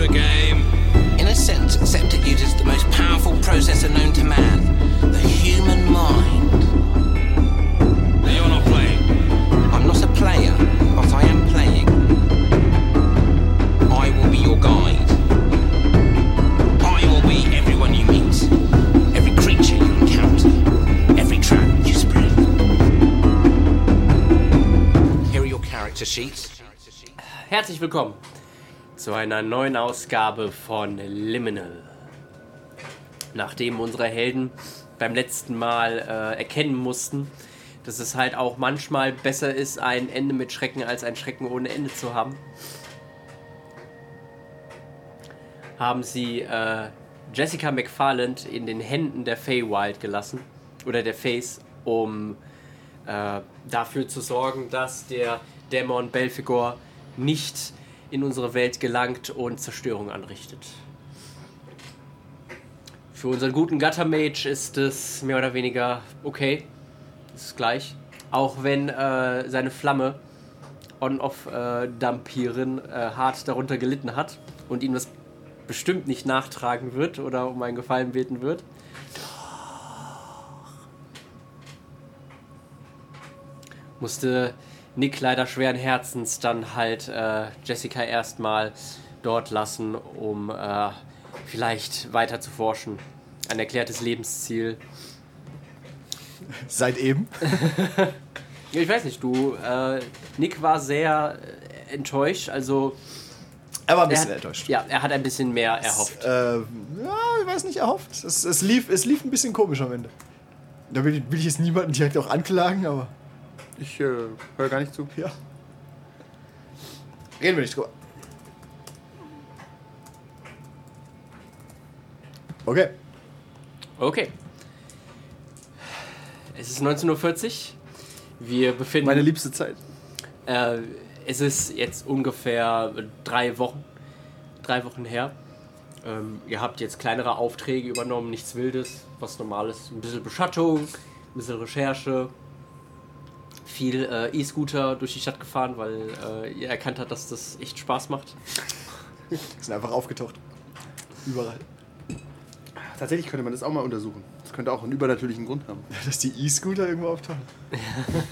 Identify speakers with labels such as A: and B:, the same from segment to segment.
A: a game.
B: In a sense, accept it uses the most powerful processor known to man the human mind.
A: Now you're not playing.
B: I'm not a player, but I am playing. I will be your guide. I will be everyone you meet, every creature you encounter, every trap you spread. Here are your character sheets.
C: Herzlich willkommen zu einer neuen Ausgabe von Liminal. Nachdem unsere Helden beim letzten Mal äh, erkennen mussten, dass es halt auch manchmal besser ist, ein Ende mit Schrecken als ein Schrecken ohne Ende zu haben, haben sie äh, Jessica McFarland in den Händen der Feywild gelassen oder der Face, um äh, dafür zu sorgen, dass der Dämon Belphegor nicht in unsere Welt gelangt und Zerstörung anrichtet. Für unseren guten Guttermage ist es mehr oder weniger okay. Ist gleich. Auch wenn äh, seine Flamme On-Off-Dampirin äh, hart darunter gelitten hat und ihm das bestimmt nicht nachtragen wird oder um einen Gefallen beten wird. musste Nick leider schweren Herzens dann halt äh, Jessica erstmal dort lassen, um äh, vielleicht weiter zu forschen. Ein erklärtes Lebensziel.
D: Seit eben.
C: Ja, ich weiß nicht, du, äh, Nick war sehr äh, enttäuscht, also
D: Er war
C: er
D: ein bisschen
C: hat,
D: enttäuscht.
C: Ja, er hat ein bisschen mehr erhofft.
D: Äh, ja, ich weiß nicht, erhofft. Es, es, lief, es lief ein bisschen komisch am Ende. Da will, ich- will ich jetzt niemanden direkt auch anklagen, aber
E: Ich äh, höre gar nicht zu.
D: ja. Reden wir nicht drüber. Okay.
C: Okay. Es ist 19.40 Uhr. Wir befinden
D: Meine liebste Zeit.
C: Äh, es ist jetzt ungefähr drei Wochen, drei Wochen her. Ähm, ihr habt jetzt kleinere Aufträge übernommen, nichts Wildes, was Normales. Ein bisschen Beschattung, ein bisschen Recherche, viel äh, E-Scooter durch die Stadt gefahren, weil äh, ihr erkannt habt, dass das echt Spaß macht.
D: Sind einfach aufgetaucht. Überall.
E: Tatsächlich könnte man das auch mal untersuchen. Das könnte auch einen übernatürlichen Grund haben.
D: Dass die E-Scooter irgendwo auftauchen.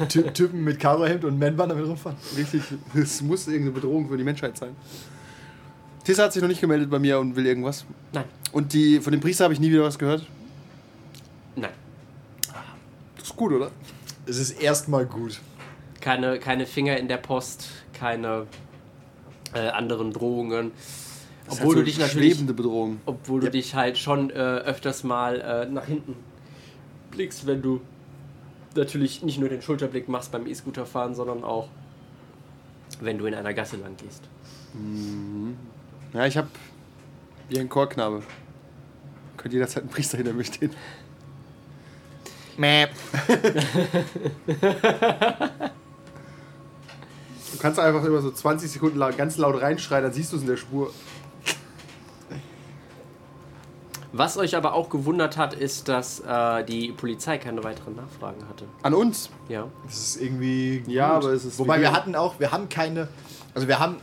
D: Ty Typen mit Cowboyhemd und Man-Bun damit rumfahren.
E: Richtig, es muss irgendeine Bedrohung für die Menschheit sein. Tessa hat sich noch nicht gemeldet bei mir und will irgendwas.
C: Nein,
E: Und die, von dem Priester habe ich nie wieder was gehört.
C: nein.
E: Das ist gut, oder?
D: Es ist erstmal gut.
C: keine, keine Finger in der Post, keine äh, anderen Drohungen.
E: Das ist
C: Obwohl du
E: halt
C: dich
E: so
C: natürlich,
E: Schwebende Bedrohung.
C: obwohl du dich halt schon äh, öfters mal äh, nach hinten blickst, wenn du natürlich nicht nur den Schulterblick machst beim E-Scooter fahren, sondern auch wenn du in einer Gasse lang gehst.
E: Ja, ich habe hier einen Chorknabe. Könnte jederzeit ein Priester hinter mir stehen.
D: Mäp.
E: Du kannst einfach immer so 20 Sekunden lang ganz laut reinschreien, dann siehst du es in der Spur.
C: Was euch aber auch gewundert hat, ist, dass äh, die Polizei keine weiteren Nachfragen hatte.
E: An uns.
C: Ja.
D: Das ist irgendwie.
E: Ja, aber es ist
D: Wobei
E: wie-
D: wir hatten auch, wir haben keine. Also wir haben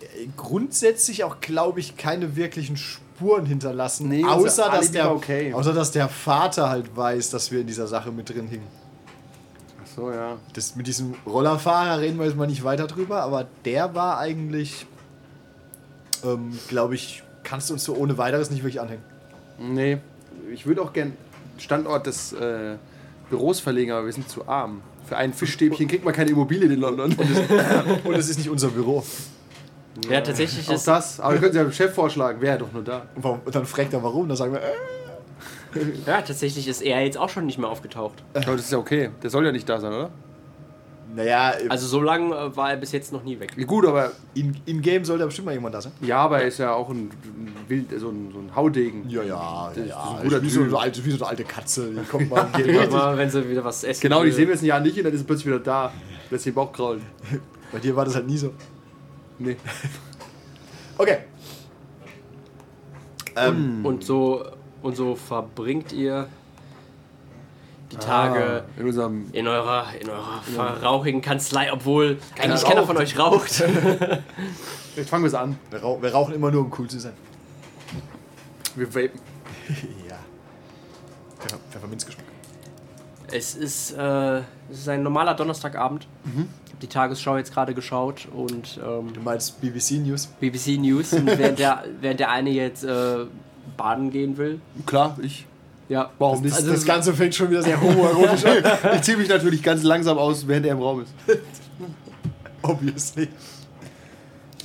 D: äh, grundsätzlich auch, glaube ich, keine wirklichen Spuren hinterlassen.
E: Nee, unser
D: außer, dass
E: Alibi
D: der,
E: war okay.
D: außer dass der Vater halt weiß, dass wir in dieser Sache mit drin hingen.
E: Ach so, ja.
D: Das, mit diesem Rollerfahrer reden wir jetzt mal nicht weiter drüber, aber der war eigentlich, ähm, glaube ich, kannst du uns so ohne weiteres nicht wirklich anhängen.
E: Nee, ich würde auch gern Standort des äh, Büros verlegen, aber wir sind zu arm. Für ein Fischstäbchen kriegt man keine Immobilie in London.
D: Und es ist nicht unser Büro.
C: Ja, tatsächlich
E: auch
C: ist
E: das. Aber wir könnten ja dem Chef vorschlagen, wäre doch nur da.
D: Und warum- und dann fragt er warum, dann sagen wir, äh,
C: ja tatsächlich ist er jetzt auch schon nicht mehr aufgetaucht.
E: Aber das ist ja okay. Der soll ja nicht da sein, oder?
D: naja,
C: Also so lange äh, war er bis jetzt noch nie weg.
E: Ja, Gut, aber
D: in, in Game sollte bestimmt mal jemand da sein.
E: ja, aber er ist ja auch ein, ein Wild, so ein, so ein Haudegen.
D: Ja, ja, ja.
E: ist
D: ja.
E: ein guter
D: wie, so
E: Typ.
D: eine alte, wie so eine alte Katze. Die kommt mal und geht
C: Immer
D: mal.
C: mal, wenn sie wieder was essen.
E: Genau, die
C: will.
E: sehen wir jetzt ein Jahr nicht und dann ist er plötzlich wieder da. Lässt den Bauch kraulen.
D: Bei dir war das halt nie so.
E: Nee.
D: Okay. Ähm,
C: Und so, und so verbringt ihr die Tage
E: Ah, In unserem.
C: in eurer, in eurer verrauchigen Kanzlei, obwohl eigentlich
E: raucht.
C: keiner von euch raucht.
E: Jetzt fangen wir es an.
D: Wir, rauch, wir rauchen immer nur, um cool zu sein.
E: Wir vapen.
D: Ja. Pfeffer, Pfefferminzgeschmack.
C: Es ist, äh, es ist ein normaler Donnerstagabend. Ich habe die Tagesschau jetzt gerade geschaut und ähm,
D: Du meinst BBC News?
C: BBC News. Und während, der, während der eine jetzt äh, baden gehen will.
E: Klar, ich.
C: Ja,
E: Warum
D: Das,
E: nicht?
C: Also-
D: das Ganze fängt schon wieder sehr homoerotisch an.
E: ich ziehe mich natürlich ganz langsam aus, während er im Raum ist.
D: Obviously.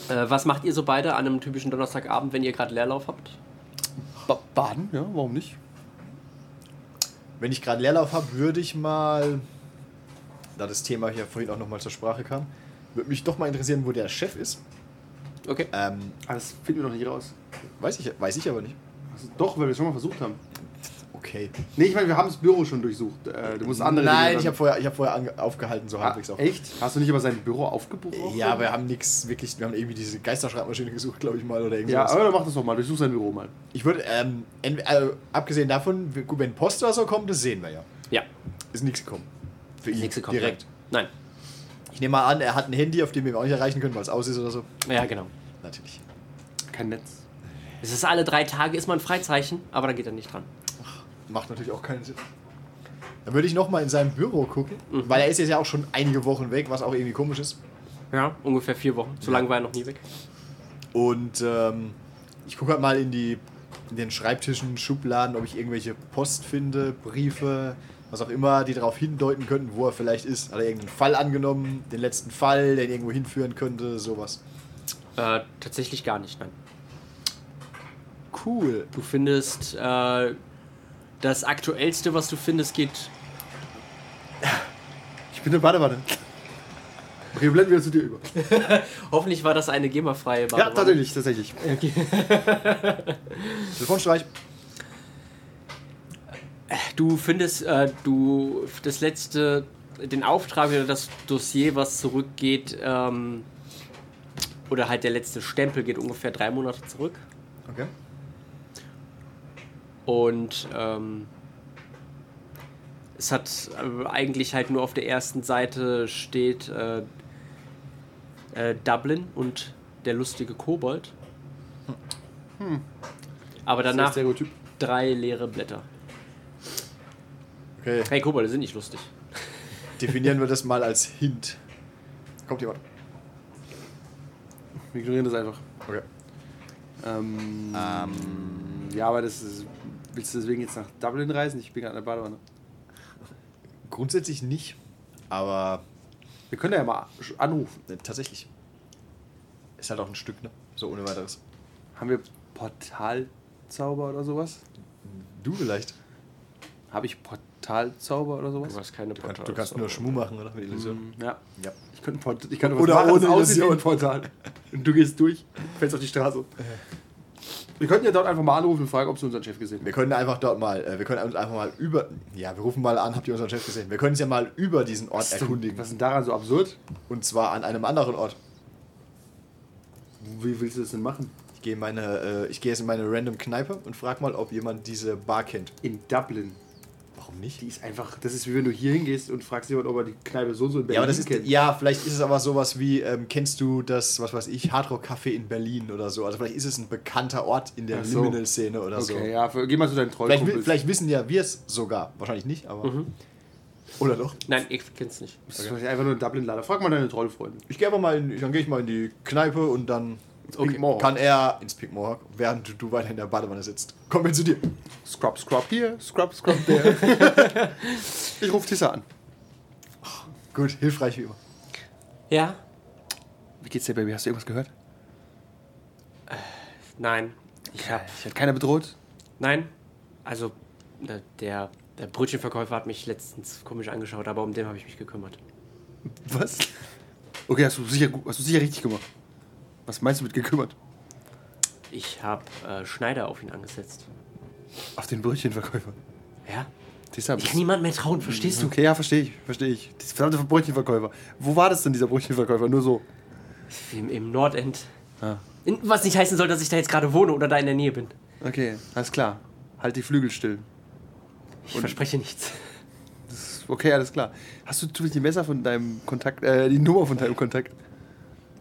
C: äh, was macht ihr so beide an einem typischen Donnerstagabend, wenn ihr gerade Leerlauf habt?
E: Ba baden? Ja, warum nicht?
D: Wenn ich gerade Leerlauf habe, würde ich mal, da das Thema hier vorhin auch nochmal zur Sprache kam, würde mich doch mal interessieren, wo der Chef ist.
C: Okay.
D: Ähm,
E: Ah, das finden wir noch nicht raus.
D: weiß, ich, weiß ich aber nicht.
E: Also, doch, weil wir es schon mal versucht haben.
D: Okay.
E: Nee, ich meine, wir haben das Büro schon durchsucht. Äh, du musst andere.
D: Nein,
E: Dinge
D: ich habe vorher, ich hab vorher ange- aufgehalten, so
E: Ah,
D: halbwegs auf.
E: echt? Hast du nicht aber sein Büro aufgebucht?
D: Ja, wir haben nichts wirklich, wir haben irgendwie diese Geisterschreibmaschine gesucht, glaube ich mal, oder
E: Ja,
D: irgendwas.
E: aber dann mach das doch mal. Durchsuch sein Büro mal.
D: ich würde, ähm, ent- äh, abgesehen davon, wir- gut, wenn Post oder so kommt, das sehen wir ja.
C: Ja.
D: Ist nichts gekommen. Für ihn
C: Nächste kommt.
D: direkt.
C: Nein.
D: Ich nehme mal an, er hat ein Handy, auf dem wir ihn auch nicht erreichen können, weil es aus ist oder so.
C: Ja, genau.
D: Natürlich.
E: Kein Netz.
C: Es ist alle drei Tage, ist mal ein Freizeichen, aber da geht er nicht dran.
D: Macht natürlich auch keinen Sinn. Dann würde ich nochmal in seinem Büro gucken,
C: Mhm.
D: weil er ist jetzt ja auch schon einige Wochen weg, was auch irgendwie komisch ist.
C: Ja, ungefähr vier Wochen. So lange war er noch nie weg.
D: Und ähm, ich gucke halt mal in die in den Schreibtischen, Schubladen, ob ich irgendwelche Post finde, Briefe, was auch immer, die darauf hindeuten könnten, wo er vielleicht ist. Hat er irgendeinen Fall angenommen, den letzten Fall, der ihn irgendwo hinführen könnte, sowas.
C: Äh, tatsächlich gar nicht, nein.
D: Cool.
C: Du findest äh, das aktuellste, was du findest, geht.
E: Ich bin der Badewanne. Okay, wir blenden wieder zu dir über.
C: Hoffentlich war das eine GEMA-freie
E: Ja,
C: Badewanne.
E: tatsächlich, tatsächlich.
D: Telefonstreich.
C: Du findest, äh, du das letzte, den Auftrag oder das Dossier, was zurückgeht, ähm, oder halt der letzte Stempel geht ungefähr drei Monate zurück.
D: Okay.
C: Und ähm, es hat äh, eigentlich halt nur auf der ersten Seite steht äh, äh, Dublin und der lustige Kobold. Aber
E: Hm. Das ist ein
C: danach
E: Stereotyp.
C: drei leere Blätter.
D: Okay.
C: Hey, Kobolde sind nicht lustig.
D: Definieren wir das mal als Hint. Kommt jemand?
E: Wir ignorieren das einfach.
D: Okay.
E: Ähm, Ja, aber das ist. Willst du deswegen jetzt nach Dublin reisen? Ich bin gerade in der Badewanne.
D: Grundsätzlich nicht, aber
E: Wir können ja mal sch- anrufen.
D: äh, tatsächlich. Ist halt auch ein Stück, ne? So ohne weiteres.
E: Haben wir Portalzauber oder sowas?
D: Du vielleicht.
E: Habe ich Portalzauber oder sowas?
C: hast keine
D: Du kannst, du kannst nur Schmuh machen, oder? Mit Illusion.
E: Hm, Ja.
D: Ja.
E: Ich könnte ein Portal. Ich könnte
D: Oder
E: was machen,
D: ohne
E: das aussieht wie ein
D: Illusion.
E: Portal. Und du gehst durch, fällst auf die Straße. Wir könnten ja dort einfach mal anrufen und fragen, ob sie unseren Chef gesehen haben.
D: Wir können einfach dort mal, äh, wir können uns einfach mal über, ja, wir rufen mal an, habt ihr unseren Chef gesehen? Wir können uns ja mal über diesen Ort erkundigen.
E: Was ist denn daran so absurd?
D: Und zwar an einem anderen Ort.
E: Wie willst du das denn machen?
D: Ich gehe in meine, äh, ich gehe jetzt in meine random Kneipe und frag mal, ob jemand diese Bar kennt.
E: In Dublin.
D: Warum nicht?
E: Die ist einfach, das ist wie wenn du hier hingehst und fragst jemand, ob er die Kneipe so und so in Berlin
D: Ja, aber das ist,
E: kennt.
D: ja, vielleicht ist es aber sowas wie, ähm, kennst du das, was weiß ich, Hardrock Café in Berlin oder so. Also vielleicht ist es ein bekannter Ort in der
E: Ach so.
D: Liminal-Szene oder so.
E: Okay, ja, für, geh mal zu deinen
D: Vielleicht, wi-
E: Trollkumpels.
D: vielleicht wissen ja wir es sogar. Wahrscheinlich nicht, aber.
E: Mhm.
D: Oder doch?
C: Nein, ich kenn's nicht.
E: Das ist vielleicht einfach nur ein Dublin-Lader. Frag mal deine Trollfreunde.
D: Ich gehe aber mal in, dann gehe ich mal in die Kneipe und dann
E: Pink Mohawk.
D: kann er ins Pink Mohawk, während du, du weiter in der Badewanne sitzt. Komm wir zu dir.
E: Scrub, scrub hier, scrub, scrub there. ich rufe Tissa an.
D: Gut, hilfreich wie immer.
C: Ja?
E: Wie geht's dir, Baby? Hast du irgendwas gehört?
C: Äh, Nein. Ich hab.
E: Ich hat keiner bedroht.
C: Nein. Also, äh, der, der Brötchenverkäufer hat mich letztens komisch angeschaut, aber um den habe ich mich gekümmert.
E: Was? Okay, hast du sicher, gu- hast du sicher richtig gemacht. Was meinst du mit gekümmert?
C: Ich habe äh, Schneider auf ihn angesetzt.
E: Auf den Brötchenverkäufer.
C: Ja?
E: Tissa,
C: Ich
E: bist-
C: kann niemand mehr trauen, verstehst du?
E: Okay, ja, verstehe ich, verstehe ich. Dieses verdammte Brötchenverkäufer. Wo war das denn, dieser Brötchenverkäufer? Nur so.
C: Im, Im Nordend.
E: Ah.
C: In, was nicht heißen soll, dass ich da jetzt gerade wohne oder da in der Nähe bin.
E: Okay, alles klar. Halt die Flügel still.
C: Ich verspreche nichts.
E: Das ist okay, alles klar. Hast du zufällig die Messer von deinem Kontakt, äh, die Nummer von deinem Kontakt,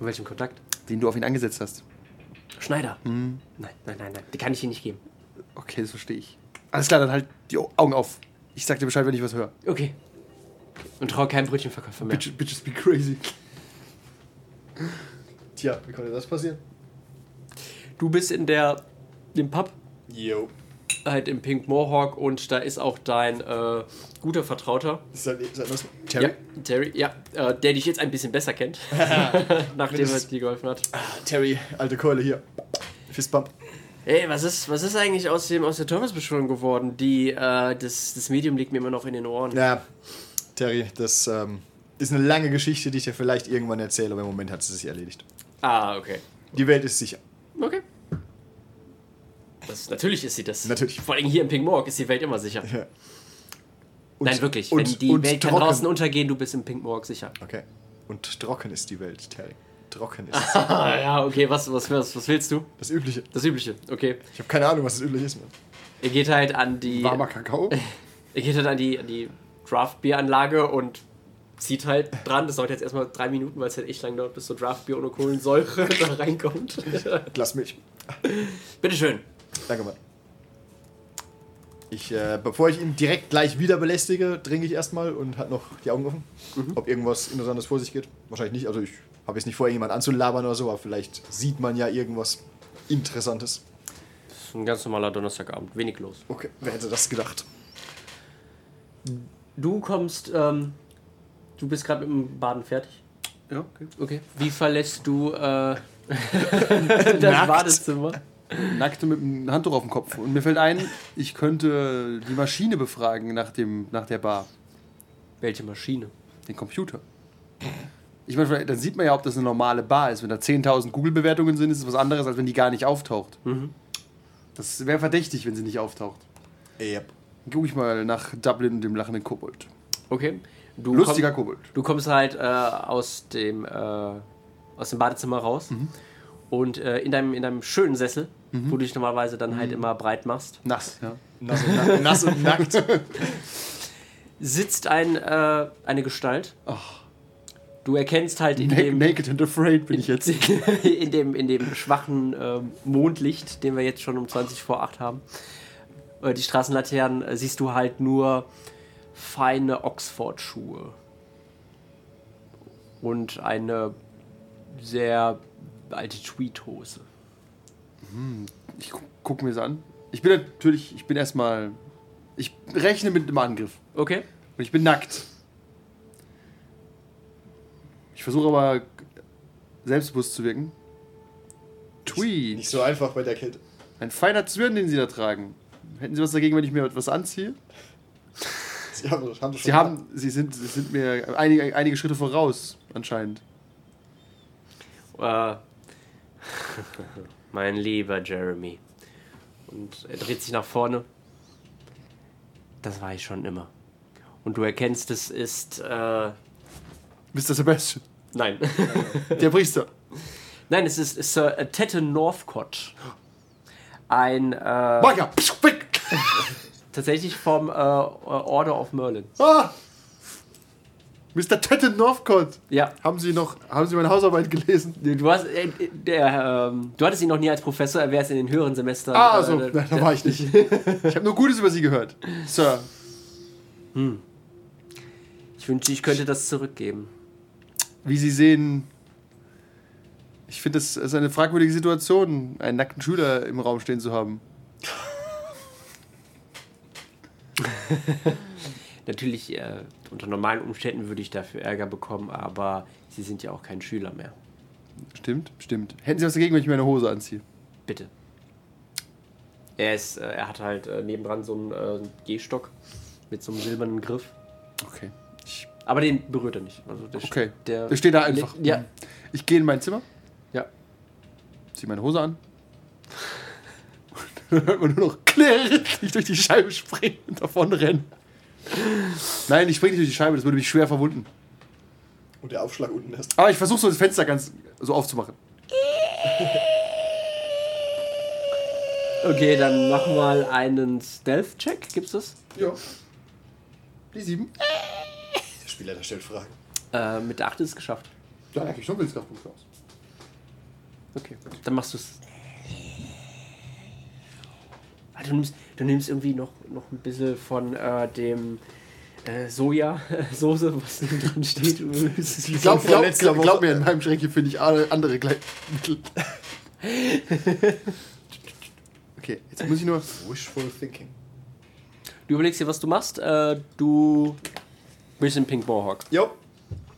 C: In welchem Kontakt?
E: den du auf ihn angesetzt hast?
C: Schneider.
E: Mhm.
C: Nein, nein, nein, nein. Die kann ich Ihnen nicht geben.
E: Okay, das verstehe ich. Alles klar, dann halt die Au- Augen auf. Ich sag dir Bescheid, wenn ich was höre.
C: Okay. Und trau kein Brötchenverkäufer mehr.
E: Bitches, bitches be crazy.
D: Tja, wie konnte das passieren?
C: Du bist in der dem Pub,
D: Yo.
C: halt im Pink Mohawk und da ist auch dein äh, guter Vertrauter.
D: Ist das, ist das Terry?
C: Ja, Terry, ja, äh, der dich jetzt ein bisschen besser kennt, nachdem er dir geholfen hat.
D: Terry, alte Keule hier. Fistbump.
C: Hey, was ist, was ist eigentlich aus, dem, aus der Thomas-Beschwörung geworden? Die, äh, das, das Medium liegt mir immer noch in den Ohren.
D: Ja, Terry, das ähm, ist eine lange Geschichte, die ich dir vielleicht irgendwann erzähle, aber im Moment hat sie sich erledigt.
C: Ah, okay.
D: Die Welt ist sicher.
C: Okay. Das, natürlich ist sie das.
D: Natürlich.
C: Vor allem hier im Pink Mohawk ist die Welt immer sicher.
D: Ja.
C: Nein, wirklich.
D: und-
C: Wenn die
D: und
C: Welt kann
D: trocken.
C: draußen untergehen, du bist im Pink Mohawk sicher.
D: Okay. Und trocken ist die Welt, Terry. Trocken ist es.
C: Ah, ja, okay, was, was, was, was willst du?
D: das Übliche.
C: Das Übliche, okay.
D: Ich habe keine Ahnung, was das Übliche ist. Mann.
C: Er geht halt an die.
E: Warmer Kakao?
C: Er geht halt an die, an die Draftbieranlage und zieht halt dran. Das dauert jetzt erstmal drei Minuten, weil es halt echt lang dauert, bis so Draftbier ohne Kohlensäure da reinkommt.
D: Glas Milch.
C: Bitteschön.
D: Danke, Mann. Ich, äh, bevor ich ihn direkt gleich wieder belästige, trinke ich erstmal und hat noch die Augen offen, ob irgendwas Interessantes vor sich geht. Wahrscheinlich nicht. Also ich habe jetzt nicht vor, irgendjemand anzulabern oder so, aber vielleicht sieht man ja irgendwas Interessantes.
C: Das ist ein ganz normaler Donnerstagabend, wenig los.
D: Okay, wer hätte das gedacht?
C: Du kommst, ähm, du bist gerade mit dem Baden fertig.
E: Ja, okay.
C: Okay. Wie verlässt du äh, das Badezimmer?
E: Nackt und mit einem Handtuch auf dem Kopf. Und mir fällt ein, ich könnte die Maschine befragen nach, dem, nach der Bar.
C: Welche Maschine?
E: Den Computer. Ich meine, vielleicht- dann sieht man ja, ob das eine normale Bar ist. Wenn da 10.000 Google-Bewertungen sind, ist es was anderes, als wenn die gar nicht auftaucht. Das wäre verdächtig, wenn sie nicht auftaucht.
D: Yep.
E: Dann gucke ich mal nach Dublin und dem lachenden Kobold.
C: Okay. Du
E: Lustiger
C: komm-
E: Kobold.
C: Du kommst halt äh, aus, dem, äh, aus dem Badezimmer raus und äh, in, deinem, in deinem schönen Sessel, wo du dich normalerweise dann halt immer breit machst,
E: Nass. Ja.
D: Nass und, na nass und nackt.
C: sitzt ein, äh, eine Gestalt. Du erkennst halt in
E: Na-
C: dem,
E: Naked and afraid bin ich jetzt.
C: in dem, in dem schwachen ähm, Mondlicht, den wir jetzt schon um 20 vor 8 haben, äh, die Straßenlaternen, äh, siehst du halt nur feine Oxford-Schuhe. Und eine sehr alte Tweed-Hose.
E: Ich gu guck mir das an. Ich bin natürlich, ich bin erstmal. Ich rechne mit dem Angriff.
C: Okay.
E: Und ich bin nackt. Ich versuche aber selbstbewusst zu wirken.
D: Nicht
E: Tweed.
D: so einfach bei der Kälte.
E: Ein feiner Zwirn, den Sie da tragen. Hätten Sie was dagegen, wenn ich mir etwas anziehe?
D: Sie haben, haben das schon
E: Sie haben, Sie sind, Sie sind mir einige, einige Schritte voraus, anscheinend.
C: Äh, mein lieber Jeremy. Und er dreht sich nach vorne. Das war ich schon immer. Und du erkennst, es ist. Äh,
E: Mr. Sebastian,
C: nein.
E: der Priester.
C: Nein, es ist Sir Tette Northcott. Ein äh,
E: Micah, weg!
C: tatsächlich vom äh, Order of Merlin.
E: Ah! Mr. Tette Northcott.
C: Ja.
E: Haben Sie noch, haben Sie meine Hausarbeit gelesen?
C: Du, du hast, äh, der, ähm, du hattest ihn noch nie als Professor, er wäre es in den höheren Semestern.
E: Ah,
C: äh,
E: so,
C: der-
E: nein, da war ich nicht. Ich habe nur Gutes über Sie gehört, Sir.
C: Ich wünschte, ich könnte das zurückgeben.
E: Wie Sie sehen, ich finde, es ist eine fragwürdige Situation, einen nackten Schüler im Raum stehen zu haben.
C: Natürlich, äh, unter normalen Umständen würde ich dafür Ärger bekommen, aber sie sind ja auch kein Schüler mehr.
E: Stimmt, stimmt. Hätten Sie was dagegen, wenn ich mir eine Hose anziehe?
C: Bitte. Er, ist, äh, er hat halt äh, nebendran so einen äh, Gehstock mit so einem silbernen Griff.
E: Okay. Ich,
C: Aber den berührt er nicht. Also der
E: okay.
C: Der,
E: Der, steht da einfach. Mhm.
C: Ja,
E: Ich gehe in mein Zimmer,
C: ja.
E: ziehe meine Hose an. Und dann hört man nur noch klirr, ich durch die Scheibe springe und davon rennen. Nein, ich springe nicht durch die Scheibe, das würde mich schwer verwunden.
D: Und der Aufschlag unten ist.
E: Aber ich versuche so das Fenster ganz so aufzumachen.
C: Okay, dann mach mal einen Stealth-Check. Gibt's das?
D: Ja.
E: Die sieben?
D: Der Spieler, der stellt Fragen.
C: Äh, mit der 8 ist es geschafft.
E: Ja, da krieg ich schon Willenskraftpunkte aus.
C: Okay. Dann machst du es. Ah, Du nimmst, du nimmst irgendwie noch, noch ein bisschen von äh, dem äh, Soja-Soße, was hinten dran steht.
E: Ich glaub,
D: von
E: glaub,
D: letzter
E: glaub,
D: Woche.
E: glaub mir, in meinem Schränkchen finde ich alle- andere Gleitmittel. okay, jetzt muss ich nur.
D: Wishful Thinking.
C: Du überlegst dir, was du machst. Äh, du bist ein Pink Mohawk.
D: Jo.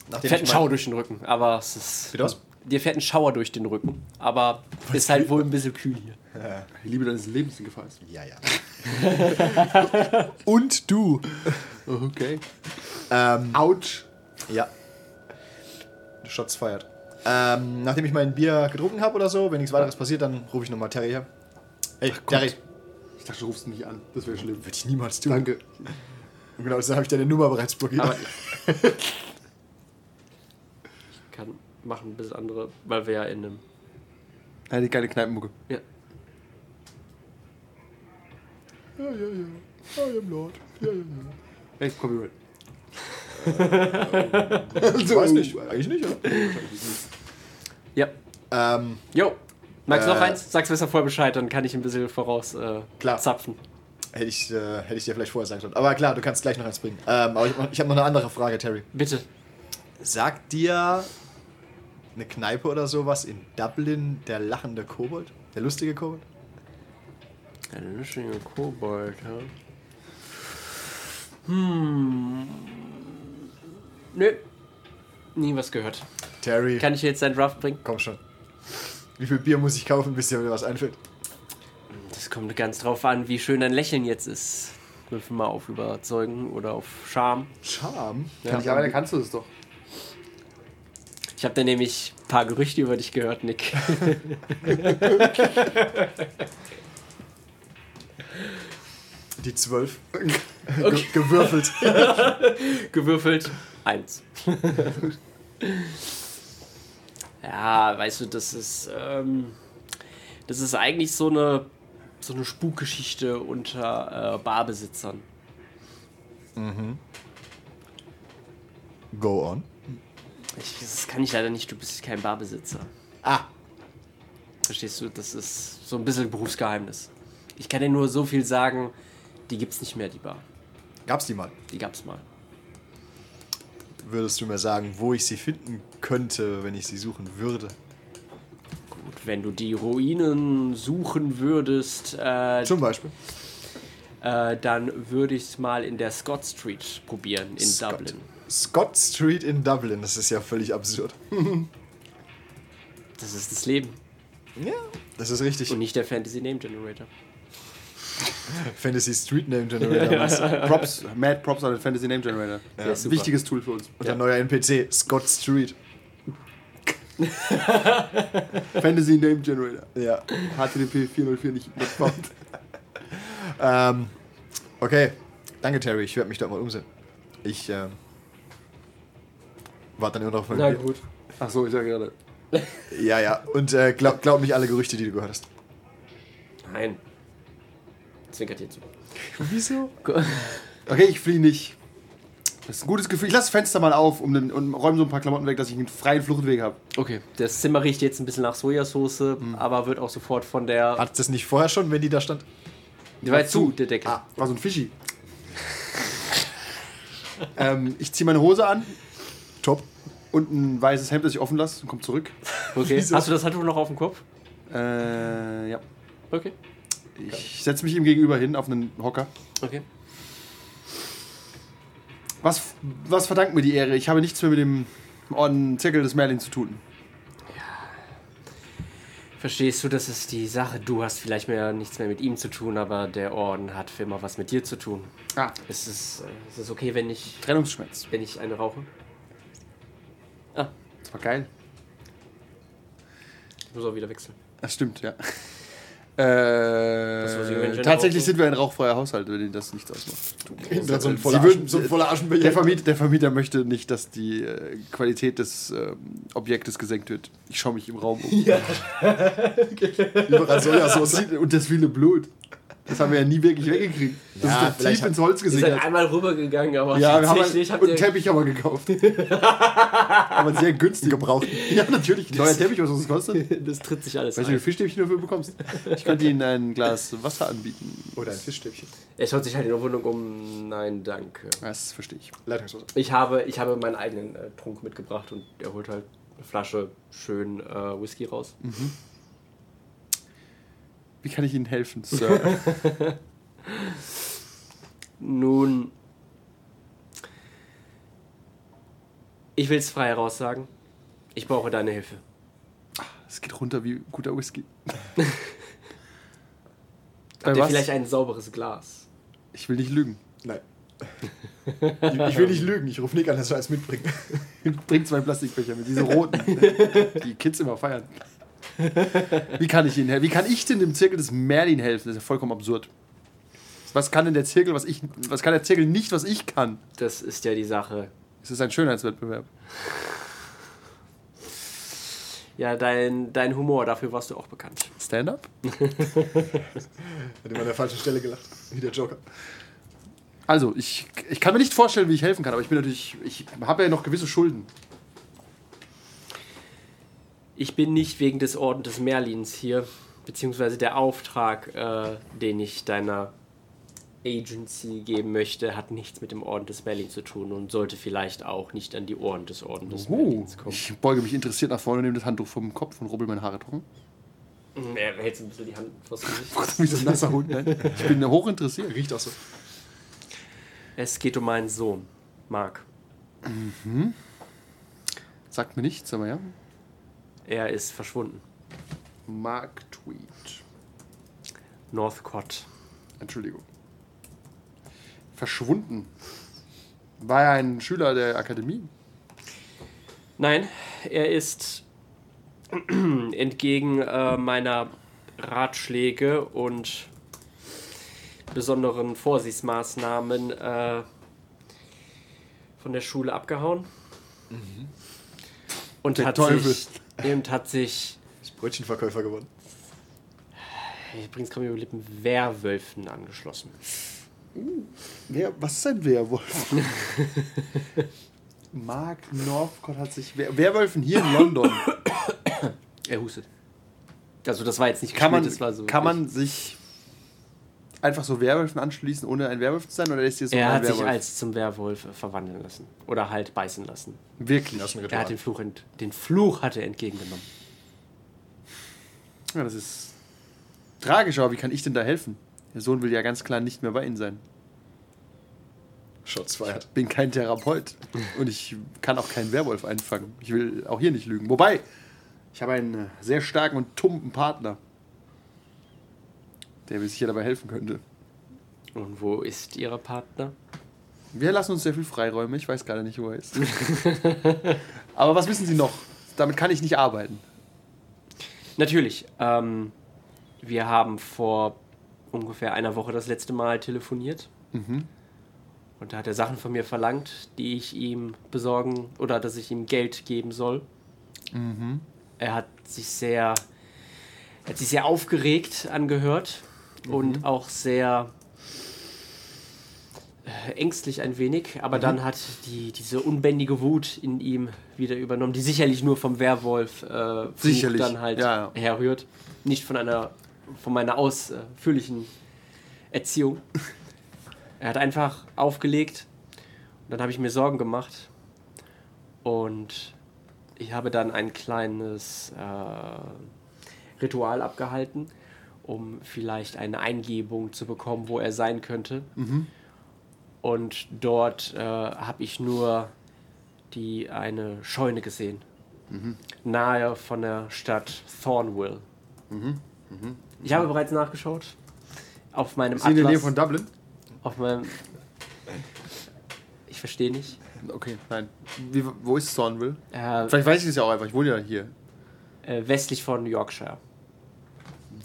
D: Nachdem
C: Fährt ein
D: ich mein-
C: Schauer durch den Rücken, aber es ist.
D: Bitte was?
C: Dir fährt ein Schauer durch den Rücken, aber ist halt wohl ein bisschen kühl hier.
E: Die Liebe deines Lebens in Gefahr ist.
D: Ja, ja. Und du.
E: Okay.
D: Ähm,
E: Autsch.
D: ja. Shots feiert. Ähm, nachdem ich mein Bier getrunken habe oder so, wenn nichts weiteres passiert, dann rufe ich nochmal Terry her. Hey, Terry.
E: Ich dachte, du rufst mich an. Das wäre schlimm.
D: Würde ich niemals tun.
E: Danke.
D: Und genau, deshalb habe ich deine Nummer bereits blockiert.
C: Aber ich kann machen bis andere, weil wir ja in einem.
E: Nein, die geile Kneipenmucke.
C: Ja.
E: Ja, ja, ja. I am Lord. Ja, ja, ja. Hey, Copyright.
D: ich weiß nicht. Also, Eigentlich nicht, oder?
C: Ja.
D: ähm,
C: Jo. Magst du noch
D: Äh,
C: eins? Sag's besser vorher Bescheid, dann kann ich ein bisschen voraus äh,
D: Klar.
C: zapfen.
D: hätte, ich, äh, hätte ich dir vielleicht vorher sagen sollen. Aber klar, du kannst gleich noch eins bringen. Ähm, aber ich, ich habe noch eine andere Frage, Terry.
C: Bitte.
D: Sagt dir eine Kneipe oder sowas in Dublin der lachende Kobold? Der lustige Kobold?
C: Ein lustiger Kobold, ja. Hm. Nö. Nie was gehört.
D: Terry,
C: Kann ich dir jetzt deinen Draft bringen?
D: komm schon. Wie viel Bier muss ich kaufen, bis dir wieder was einfällt?
C: Das kommt ganz drauf an, wie schön dein Lächeln jetzt ist. Würfel mal auf Überzeugen oder auf Charme.
D: Charme?
E: Kann ich, aber dann kannst du das doch.
C: Ich habe da nämlich ein paar Gerüchte über dich gehört, Nick.
D: Die zwölf. Ge gewürfelt.
C: Gewürfelt. Eins. ja, weißt du, das ist. Ähm, das ist eigentlich so eine, so eine Spukgeschichte unter äh, Barbesitzern.
D: Go on.
C: Ich, das kann ich leider nicht, du bist kein Barbesitzer.
D: Ah,
C: Verstehst du? Das ist so ein bisschen Berufsgeheimnis. Ich kann dir nur so viel sagen, die gibt's nicht mehr, die Bar.
D: gab's die mal.
C: Die gab's mal.
D: Würdest du mir sagen, wo ich sie finden könnte, wenn ich sie suchen würde?
C: Gut, wenn du die Ruinen suchen würdest, äh,
D: Zum Beispiel.
C: äh, dann würde ich es mal in der Scott Street probieren in
D: Scott.
C: Dublin.
D: Scott Street in Dublin. Das ist ja völlig absurd.
C: Das ist das Leben
D: Ja. Das ist richtig.
C: und nicht der Fantasy Name Generator.
D: Fantasy Street Name Generator. was?
E: Props, Mad Props an den Fantasy Name Generator.
C: Ja, super.
E: Wichtiges Tool für uns.
D: Und ein neuer NPC, Scott Street.
E: Fantasy Name Generator.
D: Ja.
E: HTTP 404 nicht mitbaut.
D: Ähm, okay. Danke, Terry. Ich werde mich da mal umsehen. Ich ähm, warte dann immer noch auf mein
C: Na
D: Bier.
C: gut.
E: Ach so, ich sag gerade.
D: Ja, ja. Und äh, glaub, glaub nicht alle Gerüchte, die du gehört hast.
C: Nein. Zwinkert dir zu.
D: Wieso?
E: Okay, ich fliehe nicht. Das ist ein gutes Gefühl. Ich lasse das Fenster mal auf um den, und räume so ein paar Klamotten weg, dass ich einen freien Fluchtweg habe.
C: Okay, das Zimmer riecht jetzt ein bisschen nach Sojasauce, aber wird auch sofort von der.
D: Mhm. Hat das nicht vorher schon, wenn die da stand?
C: Die war zu, der Decke.
E: Ah, war so ein Fischi. ähm, ich ziehe meine Hose an
D: Top.
E: und ein weißes Hemd, das ich offen lasse und komme zurück.
C: Okay. Hast du das Handtuch noch auf dem Kopf?
E: Äh, ja.
C: Okay.
E: Ich setze mich ihm gegenüber hin auf einen Hocker.
C: Okay.
E: Was, was verdankt mir die Ehre? Ich habe nichts mehr mit dem Orden Zirkel des Merlin zu tun.
C: Verstehst du, das ist die Sache. Du hast vielleicht mehr, nichts mehr mit ihm zu tun, aber der Orden hat für immer was mit dir zu tun.
E: Ah,
C: Ist es, äh, ist es okay, wenn ich,
E: Trennungsschmerz.
C: wenn ich eine rauche? Ah,
E: Das war geil.
C: Ich muss auch wieder wechseln.
E: Das stimmt, ja.
C: was wir
E: Äh,
C: eventuell
E: tatsächlich
C: auch-
E: sind wir ein rauchfreier Haushalt, wenn Ihnen das nichts ausmacht.
D: So ein voller,
E: Sie würden-
D: Aschen, Also, so ein voller Aschenbecher.
E: Der Vermieter, der Vermieter möchte nicht, dass die äh, Qualität des ähm, Objektes gesenkt wird. Ich schaue mich im Raum um.
D: Überall Sojasauce.
E: Und das viele Blut. Das haben wir ja nie wirklich weggekriegt. Das
D: Ja,
E: ist doch
D: vielleicht
E: tief
D: hat-
E: ins Holz
C: Ihr seid
E: gesickert.
C: einmal rübergegangen, aber
E: Ja, wir haben
C: tatsächlich
E: einen,
C: habt
E: und einen
C: ihr.
E: Teppich haben wir gekauft. aber sehr günstig. Gebraucht. Ja, natürlich. Ein neuer Teppich, was das kostet?
C: Das tritt sich alles
E: Weißt du, wie
C: ein.
E: viel Fischstäbchen du dafür bekommst? Ich könnte ihnen ein Glas Wasser anbieten.
D: Oder ein Fischstäbchen.
C: Er schaut sich halt in Erwundung um. Nein, danke.
E: Das verstehe ich.
D: Leitungswasser.
C: Ich habe, ich habe meinen eigenen äh, Trunk mitgebracht und er holt halt eine Flasche schön äh, Whisky raus.
E: Wie kann ich Ihnen helfen, Sir?
C: Nun. Ich will es frei heraus sagen. Ich brauche deine Hilfe.
E: Es geht runter wie guter Whisky. Bei
C: Habt ihr
E: was?
C: vielleicht ein sauberes Glas?
E: Ich will nicht lügen.
D: Nein. Ich, ich will nicht lügen, ich rufe Nick an, dass er eins mitbringt.
E: Bring zwei Plastikbecher mit, diese roten. die Kids immer feiern. Wie kann ich Ihnen helfen? Wie kann ich denn dem Zirkel des Merlin helfen? Das ist ja vollkommen absurd. Was kann denn der Zirkel, was ich. Was kann der Zirkel nicht, was ich kann?
C: Das ist ja die Sache.
E: Es ist ein Schönheitswettbewerb.
C: Ja, dein, dein Humor, dafür warst du auch bekannt.
E: Stand-up?
D: Hat immer an der falschen Stelle gelacht. Wie der Joker.
E: Also, ich, ich kann mir nicht vorstellen, wie ich helfen kann, aber ich bin natürlich. Ich habe ja noch gewisse Schulden.
C: Ich bin nicht wegen des Orden des Merlins hier, beziehungsweise der Auftrag, äh, den ich deiner Agency geben möchte, hat nichts mit dem Orden des Merlin zu tun und sollte vielleicht auch nicht an die Ohren des Orden des Merlins kommen.
E: Ich beuge mich interessiert nach vorne, nehme das Handtuch vom Kopf und rubbel meine Haare trocken.
C: Er hält so ein bisschen die Hand vors Gesicht.
E: Wie so ein nasser Hund, nein. Ich bin hochinteressiert.
D: Riecht auch so.
C: Es geht um meinen Sohn, Mark.
E: Sagt mir nichts, aber ja.
C: Er ist verschwunden.
E: Mark Tweed.
C: Northcott.
E: Entschuldigung. Verschwunden. War er ein Schüler der Akademie?
C: Nein, er ist entgegen äh, meiner Ratschläge und besonderen Vorsichtsmaßnahmen äh, von der Schule abgehauen. Und,
E: Mhm. Der
C: hat
E: Teufel.
C: Sich, und hat sich,
D: Ist Brötchenverkäufer geworden.
C: ich bring's kaum über die Lippen, Werwölfen angeschlossen.
E: Wer, was ist ein Werwolf? Mark Northcott hat sich. Wer- Werwölfen hier in London.
C: Er hustet. Also das war jetzt nicht
E: Kann man,
C: gespielt, das war so
E: kann man sich einfach so Werwölfen anschließen, ohne ein Werwolf zu sein? Oder ist hier so
C: Er
E: ein
C: hat
E: Werwolf?
C: sich als zum Werwolf äh, verwandeln lassen. Oder halt beißen lassen.
E: Wirklich.
D: Das ist ein
C: Er
D: Ritual.
C: hat den Fluch, ent den Fluch hat er entgegengenommen.
E: Ja, das ist tragisch, aber wie kann ich denn da helfen? Der Sohn will ja ganz klar nicht mehr bei Ihnen sein.
D: Shots fired.
E: bin kein Therapeut und ich kann auch keinen Werwolf einfangen. Ich will auch hier nicht lügen. Wobei, ich habe einen äh, sehr starken und tumpen Partner, der mir sicher dabei helfen könnte.
C: Und wo ist Ihr Partner?
E: Wir lassen uns sehr viel Freiräume. Ich weiß gerade nicht, wo er ist. Aber was wissen Sie noch? Damit kann ich nicht arbeiten.
C: Natürlich. Ähm, wir haben vor ungefähr einer Woche das letzte Mal telefoniert. Und da hat er Sachen von mir verlangt, die ich ihm besorgen oder dass ich ihm Geld geben soll. Er hat sich sehr, er hat sich sehr aufgeregt angehört und auch sehr äh, ängstlich ein wenig, aber dann hat die, diese unbändige Wut in ihm wieder übernommen, die sicherlich nur vom Werwolf äh, Fluch
E: Sicherlich,
C: dann halt
E: ja, ja.
C: herrührt, nicht von einer von meiner ausführlichen Erziehung. Er hat einfach aufgelegt und dann habe ich mir Sorgen gemacht und ich habe dann ein kleines äh, Ritual abgehalten, um vielleicht eine Eingebung zu bekommen, wo er sein könnte.
E: Mhm.
C: Und dort äh, habe ich nur die eine Scheune gesehen,
E: Mhm.
C: nahe von der Stadt Thornwill.
E: Mhm.
C: Ich habe bereits nachgeschaut auf meinem
E: Sie in der Nähe
C: Atlas.
E: von Dublin?
C: Auf meinem. Ich verstehe nicht.
E: Okay, nein. Wie, wo ist Thornville?
C: Äh,
E: Vielleicht weiß ich es ja auch einfach. Ich wohne ja hier.
C: äh, westlich von Yorkshire.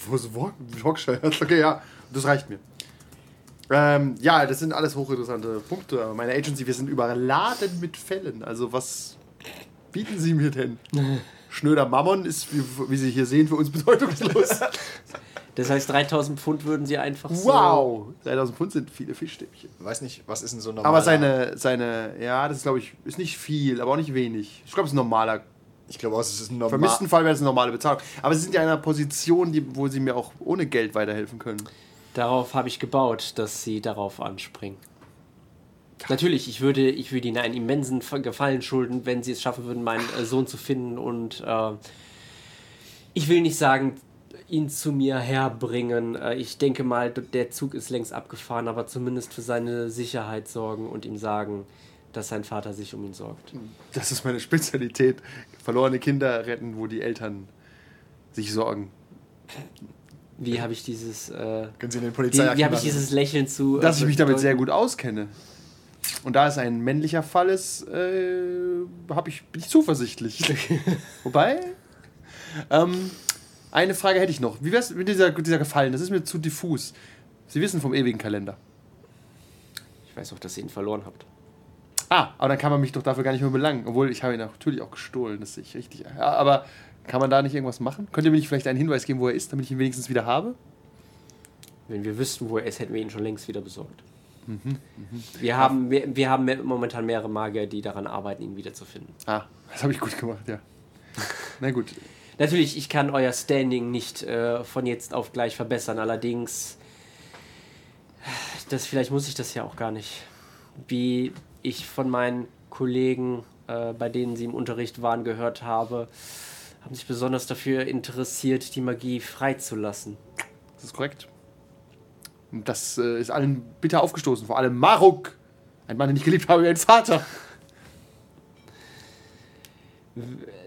E: Wo ist Wor- Yorkshire? Okay, ja, das reicht mir. Ähm, ja, das sind alles hochinteressante Punkte. aber Meine Agency, wir sind überladen mit Fällen. Also was bieten Sie mir denn? Schnöder Mammon ist, wie, wie Sie hier sehen, für uns bedeutungslos.
C: Das heißt, 3000 Pfund würden sie einfach so.
E: Wow! 3000 Pfund sind viele Fischstäbchen.
D: Weiß nicht, was ist denn so normal?
E: Aber seine, seine, ja, das ist glaube ich, ist nicht viel, aber auch nicht wenig. Ich glaube, es ist ein normaler.
D: Ich glaube, es ist ein normal.
E: Vermissten Fall wäre es eine normale Bezahlung. Aber sie sind ja in einer Position, die, wo sie mir auch ohne Geld weiterhelfen können.
C: Darauf habe ich gebaut, dass sie darauf anspringen. Natürlich, ich würde, ich würde ihnen einen immensen Ver- Gefallen schulden, wenn sie es schaffen würden, meinen äh, Sohn zu finden und äh, ich will nicht sagen, ihn zu mir herbringen. Äh, ich denke mal, d- der Zug ist längst abgefahren, aber zumindest für seine Sicherheit sorgen und ihm sagen, dass sein Vater sich um ihn sorgt.
E: Das ist meine Spezialität. Verlorene Kinder retten, wo die Eltern sich sorgen.
C: Wie habe ich dieses, äh,
D: Können Sie in den
C: wie,
D: Polizeiakten
C: wie habe ich
D: lassen.
C: dieses Lächeln zu? äh,
E: Dass ich mich damit
C: bedeuten?
E: sehr gut auskenne. Und da es ein männlicher Fall ist, äh, hab ich, bin ich zuversichtlich. Wobei, ähm, eine Frage hätte ich noch. Wie wär's mit dieser, dieser Gefallen? Das ist mir zu diffus. Sie wissen vom ewigen Kalender.
C: Ich weiß auch, dass ihr ihn verloren habt.
E: Ah, aber dann kann man mich doch dafür gar nicht mehr belangen. Obwohl, ich habe ihn natürlich auch gestohlen, das sehe ich richtig. Ja, aber kann man da nicht irgendwas machen? Könnt ihr mir nicht vielleicht einen Hinweis geben, wo er ist, damit ich ihn wenigstens wieder habe?
C: Wenn wir wüssten, wo er ist, hätten wir ihn schon längst wieder besorgt. Wir, haben, wir, wir haben mehr, momentan mehrere Magier, die daran arbeiten, ihn wiederzufinden.
E: Ah, das habe ich gut gemacht, ja. Na gut.
C: Natürlich, ich kann euer Standing nicht äh, von jetzt auf gleich verbessern. Allerdings, das, vielleicht muss ich das ja auch gar nicht. Wie ich von meinen Kollegen, äh, bei denen sie im Unterricht waren, gehört habe, haben sich besonders dafür interessiert, die Magie freizulassen.
E: Das ist korrekt. Und das äh, ist allen bitter aufgestoßen, vor allem Maruk, ein Mann, den ich geliebt habe, wie ein Vater.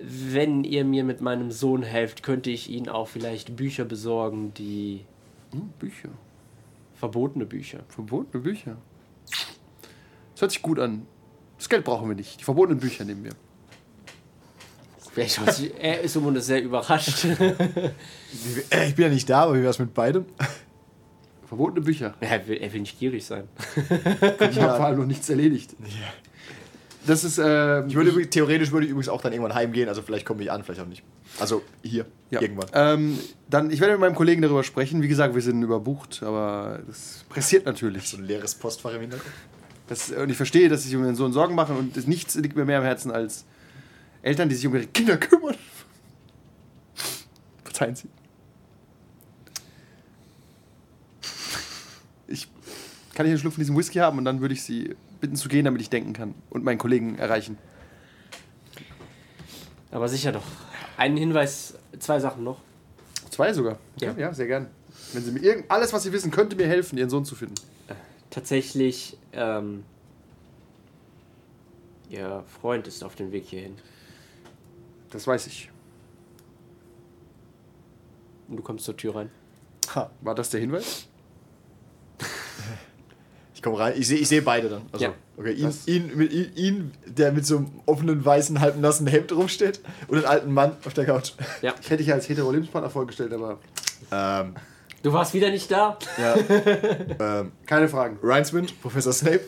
C: Wenn ihr mir mit meinem Sohn helft, könnte ich ihn auch vielleicht Bücher besorgen, die
E: Hm, Bücher,
C: verbotene Bücher.
E: verbotene Bücher. Das hört sich gut an. Das Geld brauchen wir nicht. Die verbotenen Bücher nehmen wir.
C: Vielleicht hat sich- er ist um und ist sehr überrascht.
D: Wie- Äh, Ich bin ja nicht da, aber wie wär's mit beidem?
E: Verbotene Bücher.
C: er, will, er will nicht gierig sein.
E: Ich habe vor allem noch nichts erledigt. Das ist. ähm,
D: Ich würde übrigens- theoretisch würde ich übrigens auch dann irgendwann heimgehen, also vielleicht komme ich an, vielleicht auch nicht. Also hier,
E: ja.
D: irgendwann.
E: Ähm, dann, ich werde mit meinem Kollegen darüber sprechen. Wie gesagt, wir sind überbucht, aber das pressiert natürlich.
D: So ein leeres Postfach im Hintergrund.
E: Das, und ich verstehe, dass sie sich um ihren Sohn Sorgen machen und das, nichts liegt mir mehr am Herzen als Eltern, die sich um ihre Kinder kümmern. Verzeihen Sie. Ich kann hier einen Schluck von diesem Whisky haben und dann würde ich Sie bitten zu gehen, damit ich denken kann und meinen Kollegen erreichen.
C: Aber sicher doch. Einen Hinweis, zwei Sachen noch.
E: Zwei sogar.
C: Ja.
E: ja sehr gern. Wenn Sie mir irgend alles, was Sie wissen, könnte mir helfen, Ihren Sohn zu finden.
C: Tatsächlich, ähm, ihr Freund ist auf dem Weg hierhin.
E: Das weiß ich.
C: Und du kommst zur Tür rein.
D: Ha,
E: War das der Hinweis?
D: ich komme rein, ich sehe ich seh beide dann. Also,
C: Ja.
D: okay, ihn,
E: Das-
D: ihn, mit- ihn, ihn, der mit so einem offenen, weißen, halbnassen Hemd rumsteht und einen alten Mann auf der Couch.
C: Ja.
E: Ich hätte dich als hetero Lebenspartner vorgestellt, aber
D: Ähm,
C: Du warst wieder nicht da?
D: ja. ähm,
E: keine Fragen.
D: Rineswind, Professor Snape.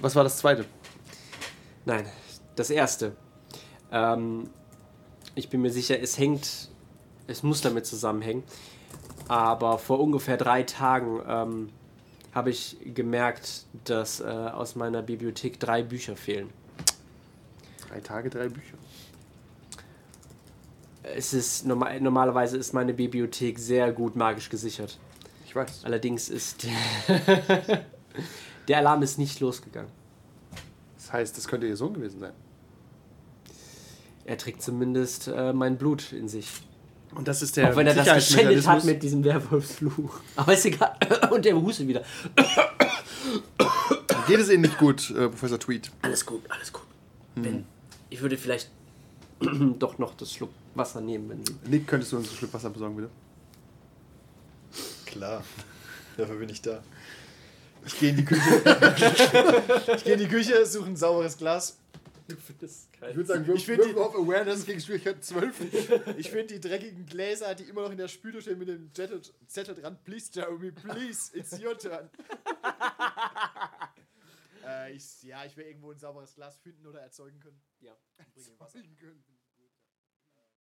E: Was war das Zweite?
C: Nein, das erste. Ähm, ich bin mir sicher, es hängt, es muss damit zusammenhängen. Aber vor ungefähr drei Tagen ähm, habe ich gemerkt, dass äh, aus meiner Bibliothek drei Bücher fehlen.
E: Drei Tage, drei Bücher.
C: Es ist norma- normalerweise ist meine Bibliothek sehr gut magisch gesichert.
E: Ich weiß.
C: Allerdings ist der Alarm ist nicht losgegangen.
E: Das heißt, das könnte ihr Sohn gewesen sein.
C: Er trägt zumindest äh, mein Blut in sich.
E: Und das ist der
C: Auch wenn er das geschändet hat mit diesem Werwolfsfluch. Aber ist egal. Und der hustet wieder.
E: Geht es Ihnen nicht gut, äh, Professor Tweed?
C: Alles gut, alles gut. Wenn, ich würde vielleicht doch noch das Schluck Wasser nehmen, wenn sie.
E: Nick, könntest du uns ein Schluck Wasser besorgen, bitte?
D: Klar, dafür bin ich da. Ich gehe in die Küche. ich gehe in die Küche, suche ein sauberes Glas.
C: Ich
D: ich finde die,
E: auf Awareness gegen Schwierigkeit 12.
D: Ich finde die dreckigen Gläser, die immer noch in der Spüle stehen mit dem Zettel, Zettel dran. Please, Jeremy, please, it's your turn. äh, ich, ja, ich will irgendwo ein sauberes Glas finden oder erzeugen können.
C: Ja.
D: Und bring ihm Wasser.